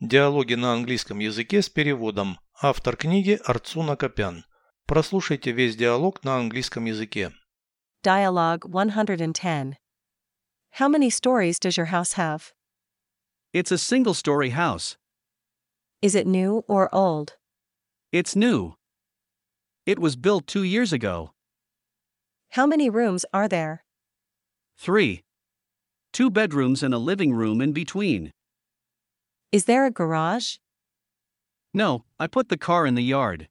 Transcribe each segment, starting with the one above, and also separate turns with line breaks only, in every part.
Диалоги на английском языке с переводом. Автор книги Арцуна Копян. Прослушайте весь диалог на английском языке.
Dialogue 110. How many stories does your house have?
It's a single story house.
Is it new or old?
It's new. It was built two years ago.
How many rooms are there?
3. Two bedrooms and a living room in between.
Is there a garage?
No, I put the car in the yard.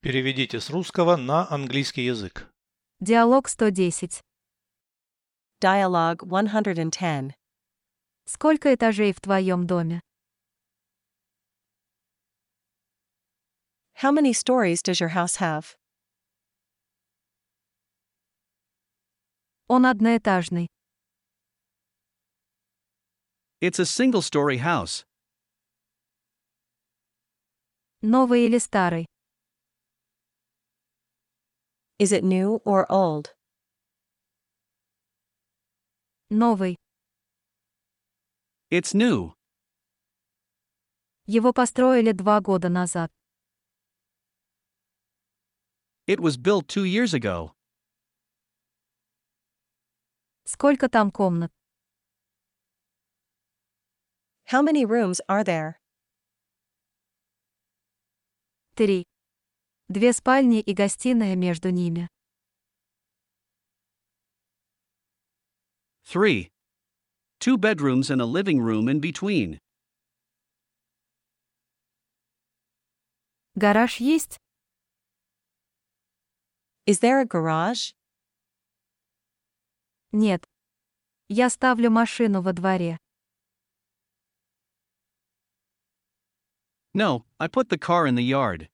Переведите с русского на английский язык.
Диалог 110.
Dialogue 110.
Сколько этажей в твоем доме?
How many stories does your house have?
Он одноэтажный.
It's a single story house.
Новый или старый?
Is it new or old?
Новый.
It's new.
Его построили два года назад.
It was built two years ago.
Сколько там комнат?
How many rooms are there?
Три. Две спальни и гостиная между ними.
3. Two bedrooms and a living room in between.
Гараж есть?
Is there a garage?
Нет. Я ставлю машину во дворе.
No, I put the car in the yard.